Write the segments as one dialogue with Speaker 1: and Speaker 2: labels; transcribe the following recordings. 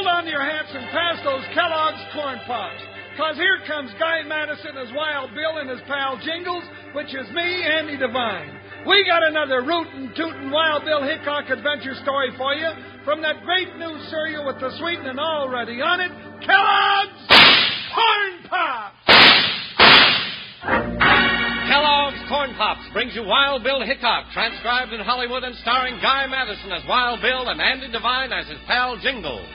Speaker 1: laps and past those Kellogg's corn pops. Cause here comes Guy Madison as Wild Bill and his pal Jingles, which is me, Andy Devine. We got another rootin' tootin' Wild Bill Hickok adventure story for you from that great new cereal with the sweetening already on it, Kellogg's Corn Pops!
Speaker 2: Kellogg's Corn Pops brings you Wild Bill Hickok, transcribed in Hollywood and starring Guy Madison as Wild Bill and Andy Devine as his pal Jingles.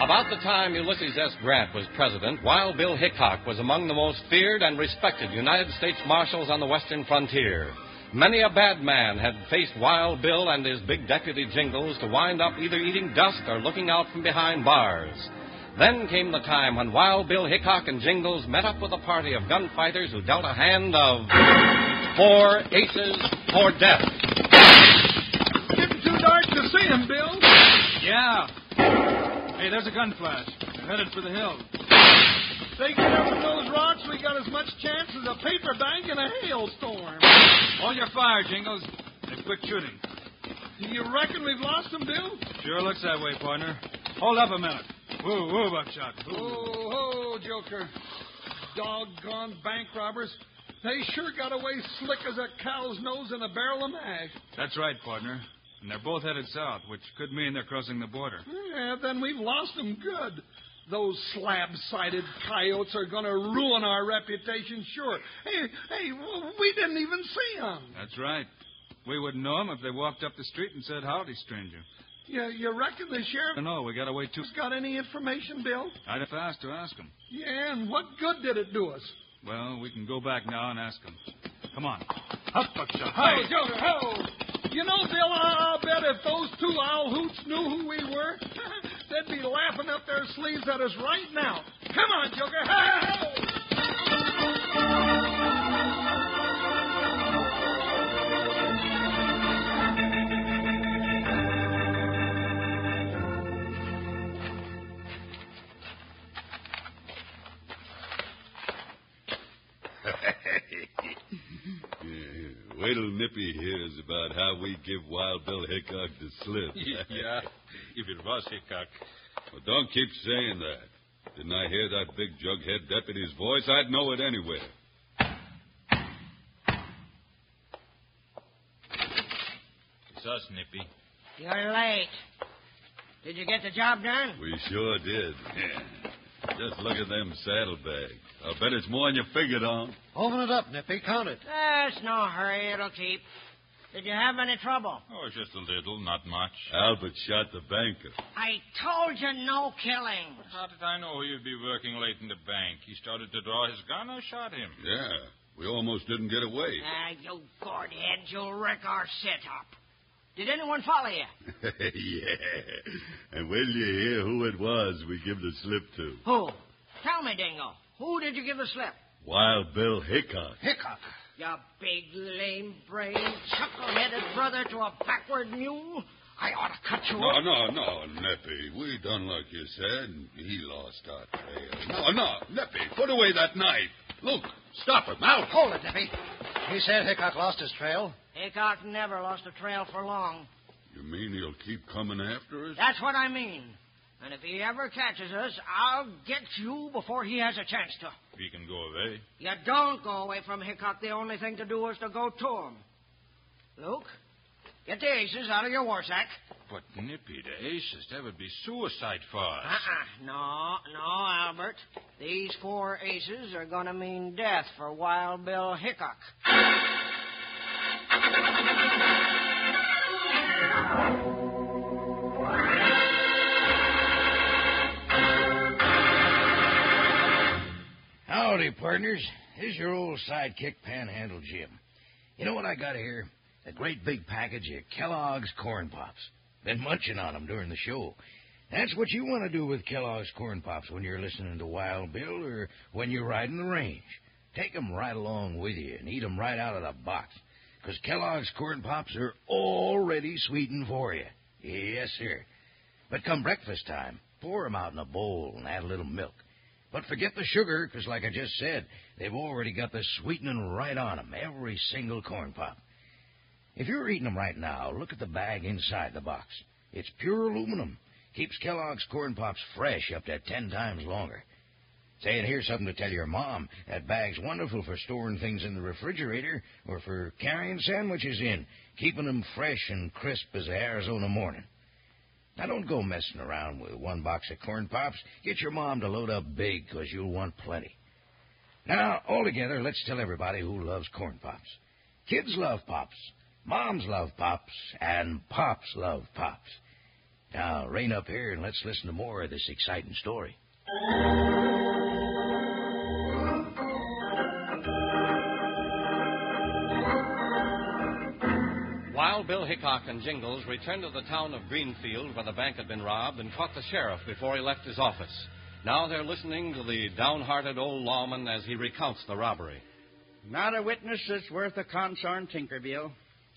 Speaker 2: About the time Ulysses S. Grant was president, Wild Bill Hickok was among the most feared and respected United States marshals on the western frontier. Many a bad man had faced Wild Bill and his big deputy Jingles to wind up either eating dust or looking out from behind bars. Then came the time when Wild Bill Hickok and Jingles met up with a party of gunfighters who dealt a hand of four aces for death.
Speaker 1: Getting too dark to see him, Bill.
Speaker 3: Yeah. Hey, there's a gun flash. We're headed for the hills.
Speaker 1: If they get up in those rocks, we got as much chance as a paper bag in a hailstorm.
Speaker 3: Hold your fire, Jingles. They're quick shooting.
Speaker 1: Do you reckon we've lost him, Bill?
Speaker 3: Sure looks that way, partner. Hold up a minute. Woo, woo, Buckshot. Woo.
Speaker 1: Oh, ho, Joker. Doggone bank robbers. They sure got away slick as a cow's nose in a barrel of mash.
Speaker 3: That's right, partner. And they're both headed south, which could mean they're crossing the border.
Speaker 1: Yeah, then we've lost them good. Those slab-sided coyotes are going to ruin our reputation, sure. Hey, hey, w- we didn't even see them.
Speaker 3: That's right. We wouldn't know 'em if they walked up the street and said, Howdy, stranger.
Speaker 1: You, you reckon the
Speaker 3: I
Speaker 1: sheriff's
Speaker 3: don't know. We got away too
Speaker 1: got any information, Bill?
Speaker 3: I'd have asked to ask 'em.
Speaker 1: Yeah, and what good did it do us?
Speaker 3: Well, we can go back now and ask 'em. Come on. Up, Buckshot.
Speaker 1: Ho, Joker, Oh, ho! You know, Bill, I'll bet if those two owl hoots knew who we were, they'd be laughing up their sleeves at us right now. Come on, Joker, ho!
Speaker 4: Yeah, Eh, Wait till Nippy hears about how we give Wild Bill Hickok the slip.
Speaker 5: yeah, if it was Hickok.
Speaker 4: Well, don't keep saying that. Didn't I hear that big jughead deputy's voice? I'd know it anywhere.
Speaker 5: It's us, Nippy.
Speaker 6: You're late. Did you get the job done?
Speaker 4: We sure did. Just look at them saddlebags. I'll bet it's more than you figured on.
Speaker 7: Open it up, Nippy. Count it.
Speaker 6: There's no hurry. It'll keep. Did you have any trouble?
Speaker 5: Oh, just a little, not much.
Speaker 4: Albert shot the banker.
Speaker 6: I told you no killing.
Speaker 5: But how did I know he'd be working late in the bank? He started to draw his gun. I shot him.
Speaker 4: Yeah, we almost didn't get away.
Speaker 6: Ah, you gourd head, you'll wreck our setup. Did anyone follow you?
Speaker 4: yeah. And when you hear who it was we give the slip to?
Speaker 6: Who? Tell me, Dingo. Who did you give the slip?
Speaker 4: Wild Bill Hickok.
Speaker 7: Hickok.
Speaker 6: Your big, lame brain, chuckle-headed brother to a backward mule? I ought to cut you up.
Speaker 4: No, no, no, Neppy. We done like you said. and He lost our trail. No, no, Neppy, put away that knife. Look, stop him. Out.
Speaker 7: Hold it, Nippy. He said Hickok lost his trail.
Speaker 6: Hickok never lost a trail for long.
Speaker 4: You mean he'll keep coming after us?
Speaker 6: That's what I mean. And if he ever catches us, I'll get you before he has a chance to.
Speaker 5: We can go away.
Speaker 6: You don't go away from Hickok. The only thing to do is to go to him. Luke, get the aces out of your war sack.
Speaker 5: But Nippy, the aces, that would be suicide for us.
Speaker 6: Uh-uh. No, no, Albert. These four aces are going to mean death for Wild Bill Hickok.
Speaker 8: Howdy, partners. Here's your old sidekick, Panhandle Jim. You know what I got here? A great big package of Kellogg's Corn Pops. Been munching on 'em during the show. That's what you want to do with Kellogg's Corn Pops when you're listening to Wild Bill or when you're riding the range. Take 'em right along with you and eat 'em right out of the box. 'Cause Kellogg's Corn Pops are already sweetened for you. Yes, sir. But come breakfast time, pour 'em out in a bowl and add a little milk. But forget the sugar, 'cause like I just said, they've already got the sweetening right on 'em, every single corn pop. If you're eating 'em right now, look at the bag inside the box. It's pure aluminum. Keeps Kellogg's corn pops fresh up to ten times longer. Say, and here's something to tell your mom. That bag's wonderful for storing things in the refrigerator or for carrying sandwiches in, keeping 'em fresh and crisp as the Arizona morning. Now, don't go messing around with one box of corn pops. Get your mom to load up big, 'cause you'll want plenty. Now, all together, let's tell everybody who loves corn pops. Kids love pops, moms love pops, and pops love pops. Now, rein up here and let's listen to more of this exciting story.
Speaker 2: While Bill Hickok and Jingles returned to the town of Greenfield where the bank had been robbed and caught the sheriff before he left his office, now they're listening to the downhearted old lawman as he recounts the robbery.
Speaker 9: Not a witness that's worth a consarn tinker, Bill.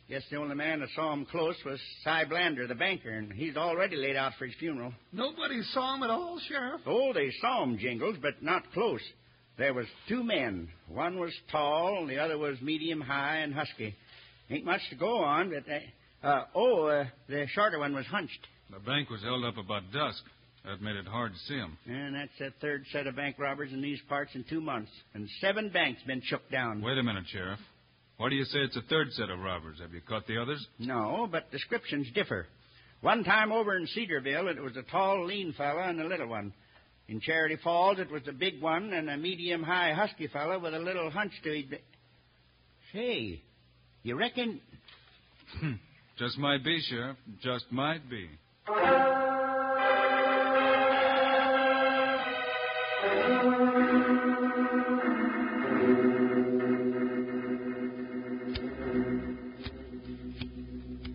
Speaker 9: Guess the only man that saw him close was Cy Blander, the banker, and he's already laid out for his funeral.
Speaker 1: Nobody saw him at all, Sheriff?
Speaker 9: Oh, they saw him, Jingles, but not close. There was two men. One was tall, the other was medium high and husky. Ain't much to go on, but they, uh, oh, uh, the shorter one was hunched.
Speaker 5: The bank was held up about dusk. That made it hard to see him.
Speaker 9: And that's the third set of bank robbers in these parts in two months, and seven banks been shook down.
Speaker 5: Wait a minute, Sheriff. Why do you say it's a third set of robbers? Have you caught the others?
Speaker 9: No, but descriptions differ. One time over in Cedarville, it was a tall, lean fella and a little one. In Charity Falls, it was a big one and a medium high, husky fella with a little hunch to his. Say, you reckon.
Speaker 5: Just might be, Sheriff. Just might be.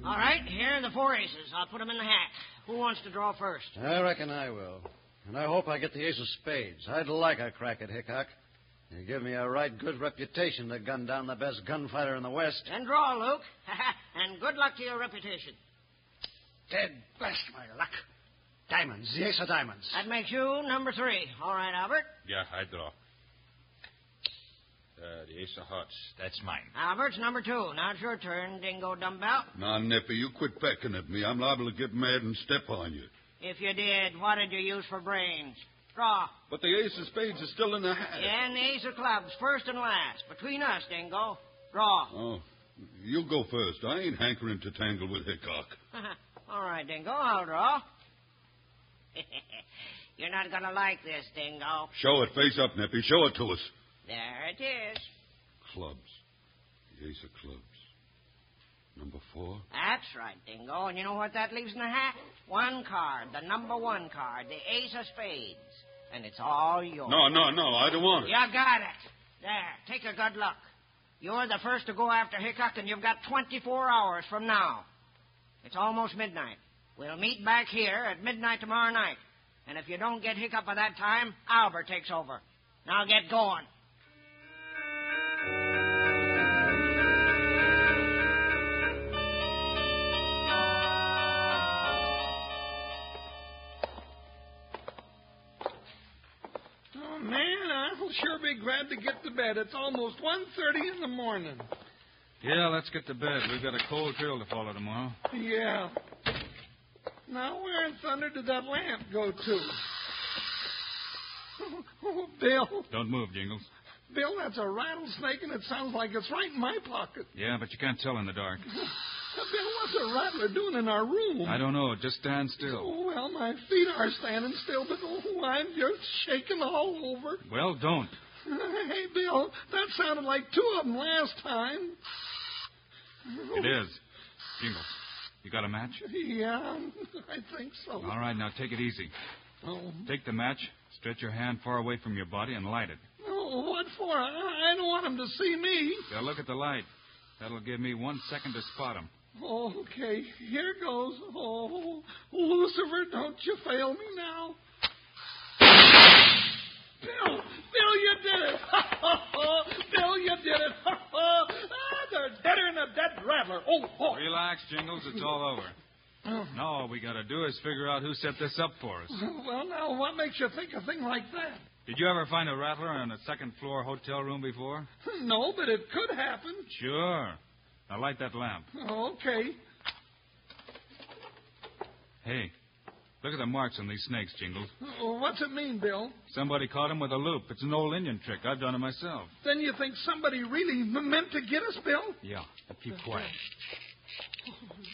Speaker 6: All right, here are the four aces. I'll put 'em in the hat. Who wants to draw first?
Speaker 7: I reckon I will. And I hope I get the ace of spades. I'd like a crack at Hickok. You give me a right good reputation to gun down the best gunfighter in the West.
Speaker 6: Then draw, Luke. and good luck to your reputation.
Speaker 7: Dead blast my luck. Diamonds, the ace of diamonds.
Speaker 6: That makes you number three. All right, Albert.
Speaker 5: Yeah, I draw. Uh, the ace of hearts. That's mine.
Speaker 6: Albert's number two. Now it's your turn, Dingo Dumbbell.
Speaker 4: Now, Nippy, you quit pecking at me. I'm liable to get mad and step on you.
Speaker 6: If you did, what did you use for brains? Draw.
Speaker 4: But the ace of spades is still in the hat.
Speaker 6: And the ace of clubs, first and last. Between us, Dingo. Draw.
Speaker 4: Oh, you go first. I ain't hankering to tangle with Hickok.
Speaker 6: All right, Dingo, I'll draw. You're not going to like this, Dingo.
Speaker 4: Show it face up, Nippy. Show it to us.
Speaker 6: There it is.
Speaker 4: Clubs. The ace of clubs. Number four.
Speaker 6: That's right, Dingo. And you know what that leaves in the hat? One card, the number one card, the ace of spades. And it's all yours.
Speaker 4: No, no, no. I don't want it.
Speaker 6: You got it. There, take a good look. You're the first to go after Hickok, and you've got 24 hours from now. It's almost midnight. We'll meet back here at midnight tomorrow night. And if you don't get Hickok by that time, Albert takes over. Now get going.
Speaker 1: Oh, man, I'll sure be glad to get to bed. It's almost 1.30 in the morning.
Speaker 5: Yeah, let's get to bed. We've got a cold trail to follow tomorrow.
Speaker 1: Yeah. Now, where in thunder did that lamp go to? Oh, Bill.
Speaker 5: Don't move, Jingles.
Speaker 1: Bill, that's a rattlesnake, and it sounds like it's right in my pocket.
Speaker 5: Yeah, but you can't tell in the dark.
Speaker 1: Bill, what's a rattler doing in our room?
Speaker 5: I don't know. Just stand still.
Speaker 1: Oh, well, my feet are standing still, but oh, I'm just shaking all over.
Speaker 5: Well, don't.
Speaker 1: Hey, Bill, that sounded like two of them last time.
Speaker 5: It is. Jingles, you got a match?
Speaker 1: Yeah, I think so.
Speaker 5: All right, now take it easy.
Speaker 1: Oh,
Speaker 5: Take the match, stretch your hand far away from your body, and light it.
Speaker 1: oh, what for? I, I don't want 'em to see me.
Speaker 5: Now look at the light. That'll give me one second to spot him.
Speaker 1: Okay, here goes. Oh, Lucifer, don't you fail me now. Bill, Bill, you did it. Bill, you did it. ah, they're deader than a dead rattler. Oh, oh.
Speaker 5: Relax, Jingles. It's all over. Now all we got to do is figure out who set this up for us.
Speaker 1: Well, now, what makes you think a thing like that?
Speaker 3: Did you ever find a rattler in a second floor hotel room before?
Speaker 1: No, but it could happen.
Speaker 3: Sure. Now light that lamp.
Speaker 1: Okay.
Speaker 3: Hey, look at the marks on these snakes, Jingles.
Speaker 1: Well, What's it mean, Bill?
Speaker 3: Somebody caught him with a loop. It's an old Indian trick. I've done it myself.
Speaker 1: Then you think somebody really m- meant to get us, Bill?
Speaker 3: Yeah. Keep quiet.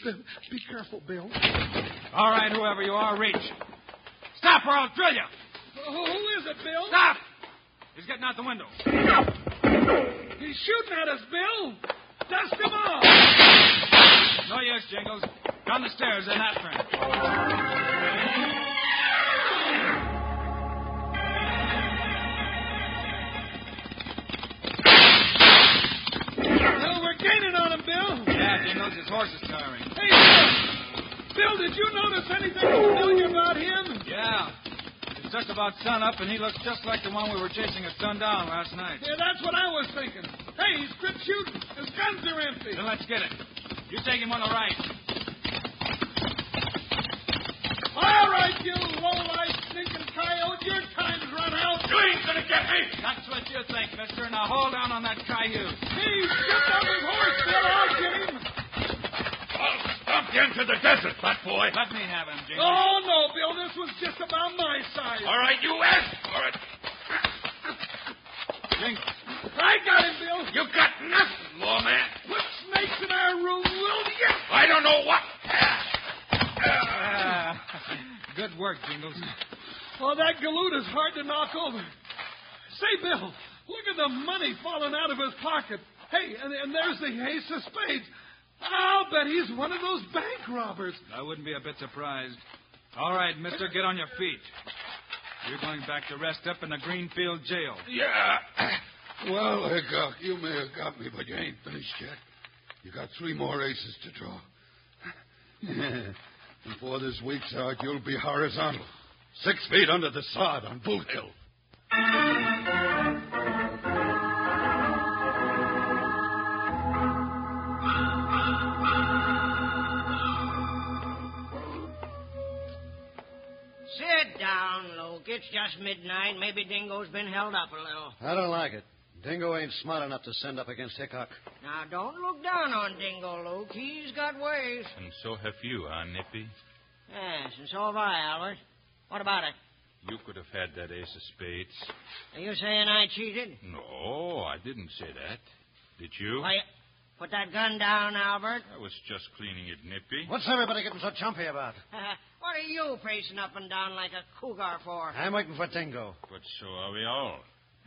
Speaker 1: Bill, Be careful, Bill.
Speaker 3: All right, whoever you are, reach. Stop or I'll drill you.
Speaker 1: Who who is it, Bill?
Speaker 3: Stop! He's getting out the window.
Speaker 1: He's shooting at us, Bill. Dust him off.
Speaker 3: No use, Jingles. Down the stairs in that friend.
Speaker 1: Well, we're gaining on him, Bill.
Speaker 3: Yeah, Jingles, his horse is tiring.
Speaker 1: Hey, Bill. Bill, did you notice anything familiar about him?
Speaker 3: Yeah. It's just about sun up, and he looks just like the one we were chasing at sundown last night.
Speaker 1: Yeah, that's what I was thinking. Hey, he's quit shooting. His guns are empty.
Speaker 3: Then let's get it. You take him on the right.
Speaker 1: All right, you low-life stinking coyote. Your time's run out. You ain't gonna get me.
Speaker 3: That's what you think, mister. Now hold down on that coyote.
Speaker 1: Hey, shut down his horse, Bill. I'll get him.
Speaker 4: I'll stomp you into the desert, fat boy.
Speaker 3: Let me have him, Jingles.
Speaker 1: Oh, no, Bill. This was just about my size.
Speaker 4: All right, you ass. All right.
Speaker 3: Jingles.
Speaker 1: I got him, Bill.
Speaker 4: You got nothing, lawman.
Speaker 1: Put snakes in our room, will you?
Speaker 4: I don't know what.
Speaker 3: Ah, good work, Jingles.
Speaker 1: Oh, that galoot is hard to knock over. Say, Bill, look at the money falling out of his pocket. Hey, and, and there's the ace of spades. I'll bet he's one of those bank robbers.
Speaker 3: I wouldn't be a bit surprised. All right, mister, get on your feet. You're going back to rest up in the Greenfield jail.
Speaker 4: Yeah. Well, Hickok, you may have got me, but you ain't finished yet. You got three more aces to draw. Before this week's out, you'll be horizontal. Six feet under the sod on Boot Hill.
Speaker 6: Sit down, Luke. It's just midnight. Maybe Dingo's been held up a little.
Speaker 7: I don't like it. Dingo ain't smart enough to send up against Hickok.
Speaker 6: Now, don't look down on Dingo, Luke. He's got ways.
Speaker 5: And so have you, huh, Nippy?
Speaker 6: Yes, and so have I, Albert. What about it?
Speaker 5: You could have had that ace of spades.
Speaker 6: Are you saying I cheated?
Speaker 5: No, I didn't say that. Did you?
Speaker 6: Why, put that gun down, Albert.
Speaker 5: I was just cleaning it, Nippy.
Speaker 7: What's everybody getting so jumpy about?
Speaker 6: what are you pacing up and down like a cougar for?
Speaker 7: I'm waiting for Dingo.
Speaker 5: But so are we all.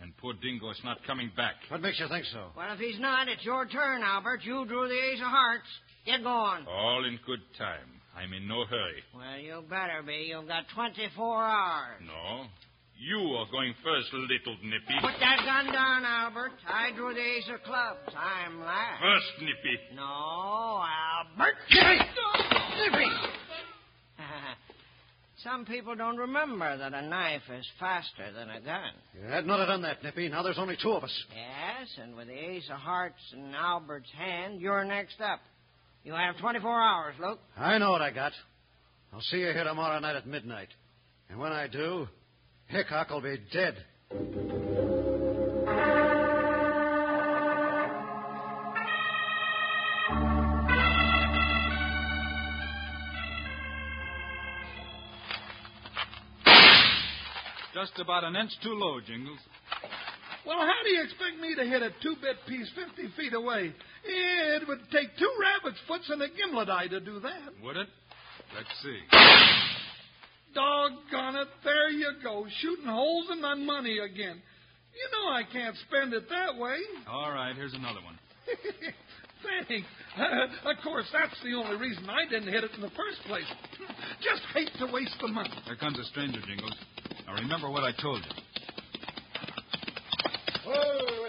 Speaker 5: And poor Dingo is not coming back.
Speaker 7: What makes you think so?
Speaker 6: Well, if he's not, it's your turn, Albert. You drew the ace of hearts. Get going.
Speaker 5: All in good time. I'm in no hurry.
Speaker 6: Well, you better be. You've got 24 hours.
Speaker 5: No. You are going first, little Nippy.
Speaker 6: Put that gun down, Albert. I drew the ace of clubs. I'm last.
Speaker 5: First, Nippy.
Speaker 6: No, Albert. Some people don't remember that a knife is faster than a gun.
Speaker 7: You had not have done that, Nippy. Now there's only two of us.
Speaker 6: Yes, and with the ace of hearts in Albert's hand, you're next up. You have 24 hours, Luke.
Speaker 7: I know what I got. I'll see you here tomorrow night at midnight. And when I do, Hickok will be dead.
Speaker 3: Just about an inch too low, Jingles.
Speaker 1: Well, how do you expect me to hit a two-bit piece 50 feet away? It would take two rabbit's foots and a gimlet eye to do that.
Speaker 3: Would it? Let's see.
Speaker 1: Doggone it, there you go, shooting holes in my money again. You know I can't spend it that way.
Speaker 3: All right, here's another one.
Speaker 1: Thanks. uh, of course, that's the only reason I didn't hit it in the first place. Just hate to waste the money.
Speaker 3: There comes a stranger, Jingles. Now remember what I told you.
Speaker 7: Whoa. Oh,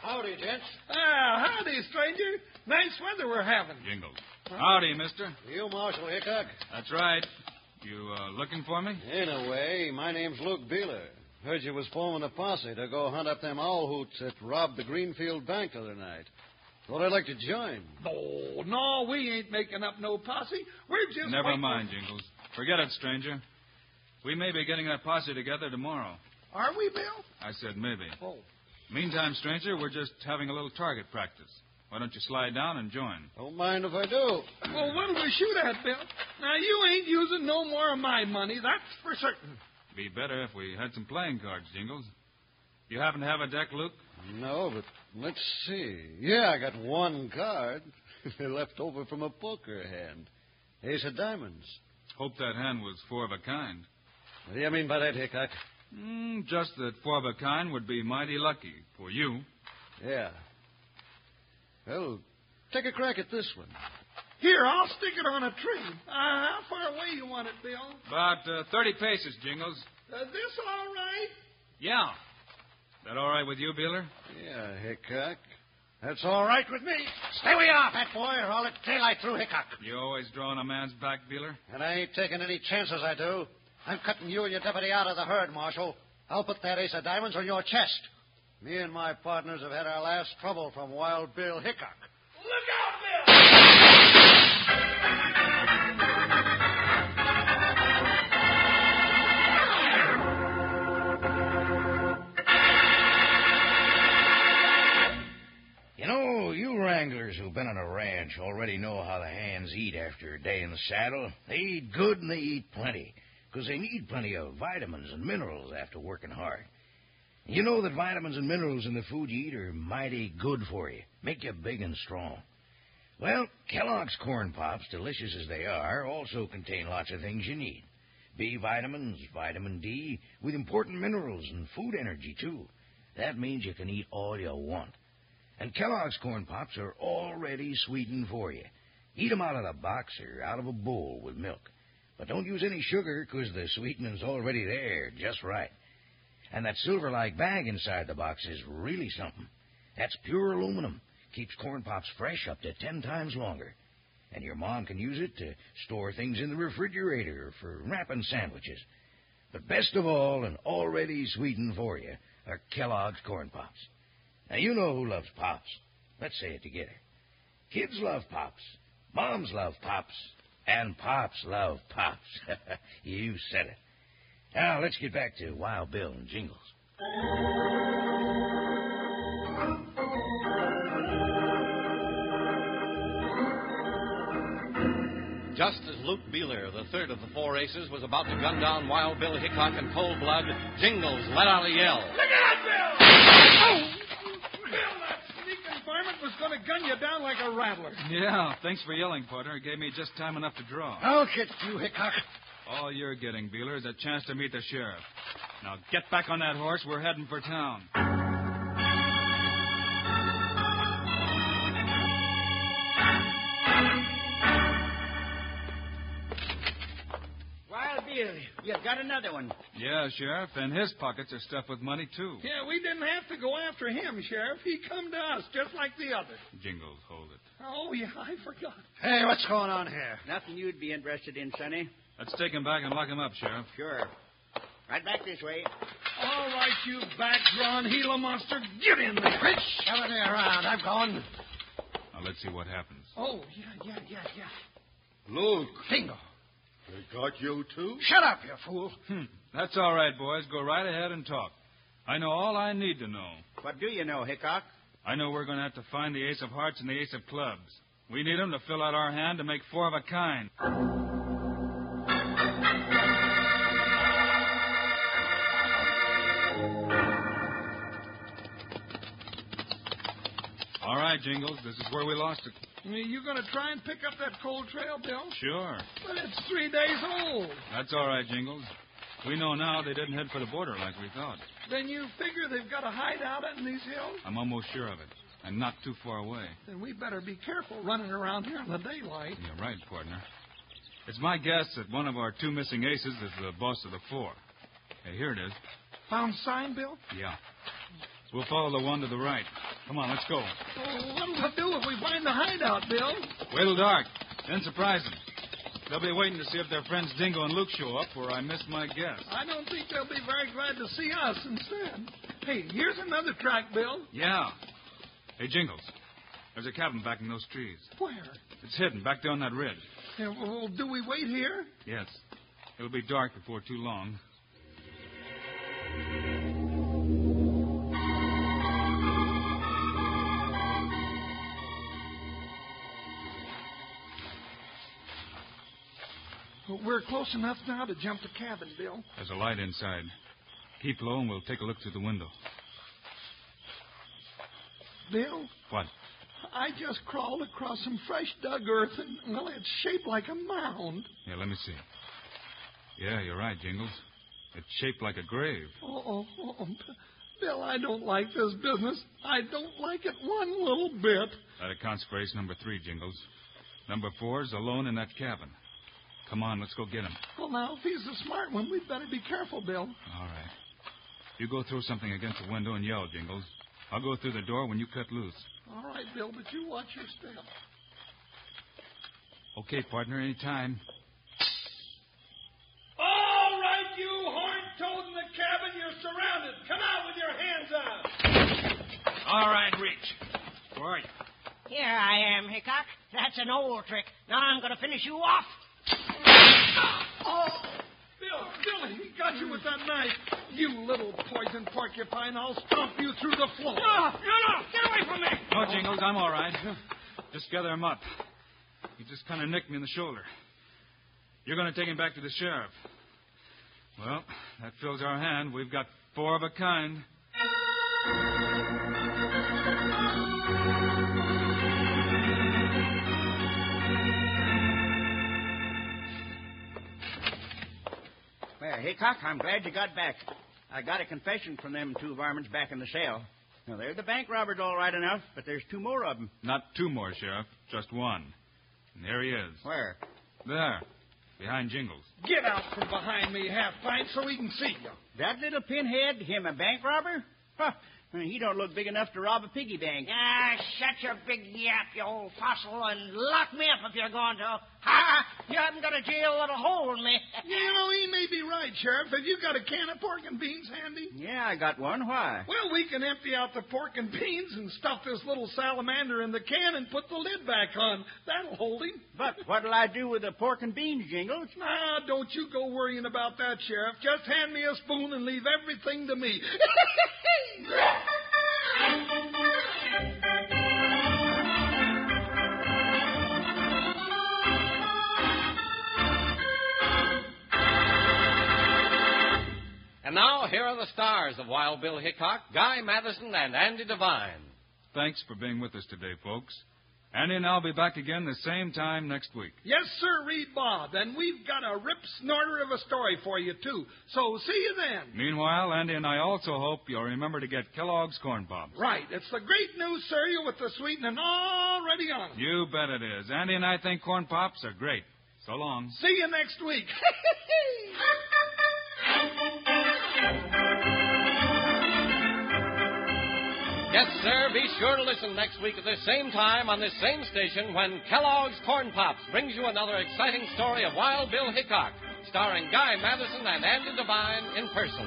Speaker 7: Howdy, gents.
Speaker 1: Ah, howdy, stranger. Nice weather we're having.
Speaker 3: Jingles. Howdy, mister.
Speaker 7: You, Marshal Hickok?
Speaker 3: That's right. You uh, looking for me?
Speaker 7: In a way, my name's Luke Beeler. Heard you was forming a posse to go hunt up them owl hoots that robbed the Greenfield Bank the other night. Thought I'd like to join.
Speaker 1: No, no, we ain't making up no posse. We're just.
Speaker 3: Never
Speaker 1: waiting-
Speaker 3: mind, Jingles. Forget it, stranger. We may be getting that posse together tomorrow.
Speaker 4: Are we, Bill?
Speaker 3: I said maybe.
Speaker 4: Oh.
Speaker 3: Meantime, stranger, we're just having a little target practice. Why don't you slide down and join?
Speaker 7: Don't mind if I do.
Speaker 1: Well, what'll we shoot at, Bill? Now, you ain't using no more of my money, that's for certain.
Speaker 3: Be better if we had some playing cards, Jingles. You happen to have a deck, Luke?
Speaker 7: No, but let's see. Yeah, I got one card left over from a poker hand. Ace of diamonds.
Speaker 3: Hope that hand was four of a kind.
Speaker 7: What do you mean by that, Hickok?
Speaker 3: Mm, just that four of a kind would be mighty lucky for you.
Speaker 7: Yeah. Well, take a crack at this one.
Speaker 1: Here, I'll stick it on a tree. Uh, how far away you want it, Bill?
Speaker 3: About uh, 30 paces, Jingles.
Speaker 1: Uh, this all right?
Speaker 3: Yeah. That all right with you, Beeler?
Speaker 7: Yeah, Hickok. That's all right with me.
Speaker 9: Stay way off, that boy, or I'll let daylight through Hickok.
Speaker 3: You always draw on a man's back, Beeler?
Speaker 7: And I ain't taking any chances I do. I'm cutting you and your deputy out of the herd, Marshal. I'll put that ace of diamonds on your chest. Me and my partners have had our last trouble from Wild Bill Hickok.
Speaker 1: Look out, Bill!
Speaker 8: You know, you wranglers who've been on a ranch already know how the hands eat after a day in the saddle. They eat good and they eat plenty, 'cause they need plenty of vitamins and minerals after working hard. You know that vitamins and minerals in the food you eat are mighty good for you, make you big and strong. Well, Kellogg's Corn Pops, delicious as they are, also contain lots of things you need. B vitamins, vitamin D, with important minerals and food energy, too. That means you can eat all you want. And Kellogg's Corn Pops are already sweetened for you. Eat 'em out of the box or out of a bowl with milk. But don't use any sugar 'cause the sweetening's already there, just right. And that silver like bag inside the box is really something. That's pure aluminum. Keeps Corn Pops fresh up to ten times longer. And your mom can use it to store things in the refrigerator or for wrapping sandwiches. But best of all, and already sweetened for you, are Kellogg's Corn Pops. Now, you know who loves Pops. Let's say it together. Kids love Pops. Moms love Pops. And Pops love Pops. you said it. Now, let's get back to Wild Bill and Jingles.
Speaker 2: Just as Luke Beeler, the third of the four aces, was about to gun down Wild Bill Hickok in cold blood, Jingles let out a yell.
Speaker 1: Look out, Bill! Oh! Bill, that sneaking varmint was going to gun you down like a rattler.
Speaker 3: Yeah, thanks for yelling, partner. It gave me just time enough to draw.
Speaker 7: I'll get you, Hickok.
Speaker 3: All you're getting, Beeler, is a chance to meet the sheriff. Now get back on that horse. We're heading for town.
Speaker 9: Wild Bill, you've got another one.
Speaker 3: Yeah, sheriff, and his pockets are stuffed with money, too.
Speaker 1: Yeah, we didn't have to go after him, Sheriff. He come to us just like the others.
Speaker 3: Jingles, hold it.
Speaker 1: Oh, yeah, I forgot.
Speaker 7: Hey, what's going on here?
Speaker 9: Nothing you'd be interested in, Sonny.
Speaker 3: Let's take him back and lock him up, sheriff.
Speaker 9: Sure. Right back this way.
Speaker 1: All right, you backdrawn Gila monster. Get in there.
Speaker 7: Quit shoving me around. I'm going.
Speaker 3: Now let's see what happens.
Speaker 1: Oh, yeah, yeah, yeah, yeah.
Speaker 4: Luke,
Speaker 7: Bingo.
Speaker 4: they got you too?
Speaker 7: Shut up, you fool.
Speaker 3: Hmm. That's all right, boys. Go right ahead and talk. I know all I need to know.
Speaker 9: What do you know, Hickok?
Speaker 3: I know we're going to have to find the ace of hearts and the ace of clubs. We need 'em to fill out our hand to make four of a kind. All right, Jingles, this is where we lost it.
Speaker 1: You going to try and pick up that cold trail, Bill?
Speaker 3: Sure.
Speaker 1: But it's three days old.
Speaker 3: That's all right, Jingles. We know now they didn't head for the border like we thought.
Speaker 1: Then you figure they've got a hideout out in these hills?
Speaker 3: I'm almost sure of it. And not too far away.
Speaker 1: Then we better be careful running around here in the daylight.
Speaker 3: You're right, partner. It's my guess that one of our two missing aces is the boss of the four. Hey, here it is.
Speaker 1: Found sign, Bill?
Speaker 3: Yeah. We'll follow the one to the right. Come on, let's go.
Speaker 1: Oh, what'll we do if we find the hideout, Bill?
Speaker 3: Wait till dark, then surprise them. They'll be waiting to see if their friends Dingo and Luke show up, or I miss my guess.
Speaker 1: I don't think they'll be very glad to see us instead. Hey, here's another track, Bill.
Speaker 3: Yeah. Hey, Jingles. There's a cabin back in those trees.
Speaker 1: Where?
Speaker 3: It's hidden back there on that ridge.
Speaker 1: Yeah, well, do we wait here?
Speaker 3: Yes. It'll be dark before too long.
Speaker 1: We're close enough now to jump the cabin, Bill.
Speaker 3: There's a light inside. Keep low and we'll take a look through the window.
Speaker 1: Bill,
Speaker 3: What?
Speaker 1: I just crawled across some fresh dug earth, and, well, it's shaped like a mound.
Speaker 3: Yeah, let me see. Yeah, you're right, Jingles. It's shaped like a grave.
Speaker 1: Oh, oh, oh. Bill, I don't like this business. I don't like it one little bit.
Speaker 3: That accounts for ace number three, Jingles. Number four's alone in that cabin. Come on, let's go get him.
Speaker 1: Well, now, if he's a smart one, we'd better be careful, Bill.
Speaker 3: All right. You go throw something against the window and yell, Jingles. I'll go through the door when you cut loose.
Speaker 1: All right, Bill, but you watch your step.
Speaker 3: Okay, partner, any time.
Speaker 1: All right, you horn toad in the cabin, you're surrounded. Come out with your hands up.
Speaker 3: All right, Rich. Where are you?
Speaker 6: Here I am, Hickok. That's an old trick. Now I'm going to finish you off.
Speaker 1: Oh, Bill, Bill, he got you with that knife. You little poison porcupine, I'll stomp you through the floor.
Speaker 3: No, Jingles, I'm all right. Just gather him up. He just kind of nicked me in the shoulder. You're going to take him back to the sheriff. Well, that fills our hand. We've got four of a kind.
Speaker 9: Well, Hickok, I'm glad you got back. I got a confession from them two varmints back in the cell. Now, they're the bank robbers all right enough, but there's two more of them.
Speaker 3: Not two more, Sheriff, just one. And there he is.
Speaker 9: Where?
Speaker 3: There, behind Jingles.
Speaker 1: Get out from behind me, half pint, so we can see you.
Speaker 9: That little pinhead? Him a bank robber? Huh. He don't look big enough to rob a piggy bank.
Speaker 6: Ah, shut your big yap, you old fossil, and lock me up if you're going to. Ha! You haven't got a jail that'll hold me.
Speaker 1: You know, he may be right, Sheriff. Have you got a can of pork and beans handy?
Speaker 9: Yeah, I got one. Why?
Speaker 1: Well, we can empty out the pork and beans and stuff this little salamander in the can and put the lid back on. That'll hold him.
Speaker 9: But what'll I do with the pork and beans, Jingles?
Speaker 1: Ah, don't you go worrying about that, Sheriff. Just hand me a spoon and leave everything to me.
Speaker 2: And now, here are the stars of Wild Bill Hickok, Guy Madison, and Andy Devine.
Speaker 3: Thanks for being with us today, folks. Andy and I'll be back again the same time next week.
Speaker 1: yes, sir, Reed Bob. And we've got a rip snorter of a story for you, too. So see you then.
Speaker 3: Meanwhile, Andy and I also hope you'll remember to get Kellogg's Corn Pops.
Speaker 1: Right. It's the great new cereal with the sweetening already on it.
Speaker 3: You bet it is. Andy and I think corn pops are great. So long.
Speaker 1: See you next week.
Speaker 2: Yes, sir, be sure to listen next week at this same time on this same station when Kellogg's Corn Pops brings you another exciting story of Wild Bill Hickok, starring Guy Madison and Andy Devine in person.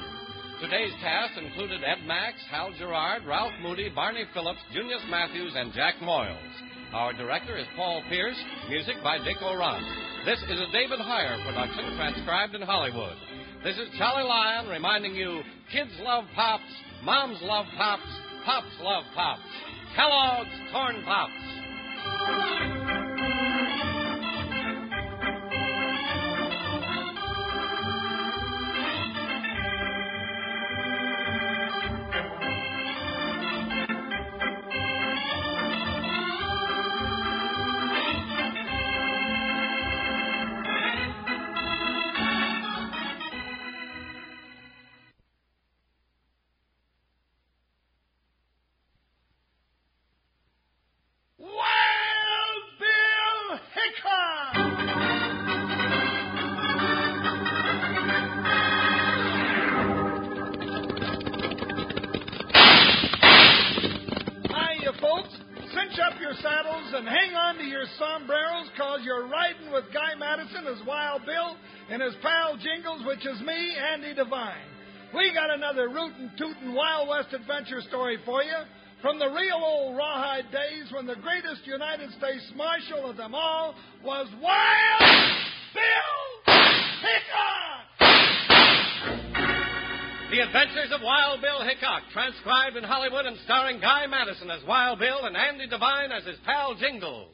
Speaker 2: Today's cast included Ed Max, Hal Gerard, Ralph Moody, Barney Phillips, Junius Matthews, and Jack Moyles. Our director is Paul Pierce, music by Dick Oran. This is a David Heyer production transcribed in Hollywood. This is Charlie Lyon reminding you kids love pops, moms love pops, pops love pops. Kellogg's Corn Pops.
Speaker 1: Well, Bill Hickok! Hi, you folks. Cinch up your saddles and hang on to your sombreros because you're riding with Guy Madison as Wild Bill and his pal Jingles, which is me, Andy Devine. We got another rootin' tootin' Wild West adventure story for you from the real old rawhide days when the greatest United States Marshal of them all was Wild Bill Hickok!
Speaker 2: The Adventures of Wild Bill Hickok, transcribed in Hollywood and starring Guy Madison as Wild Bill and Andy Devine as his pal Jingles.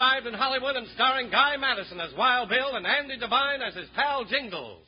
Speaker 2: Live in Hollywood and starring Guy Madison as Wild Bill and Andy Devine as his pal Jingles.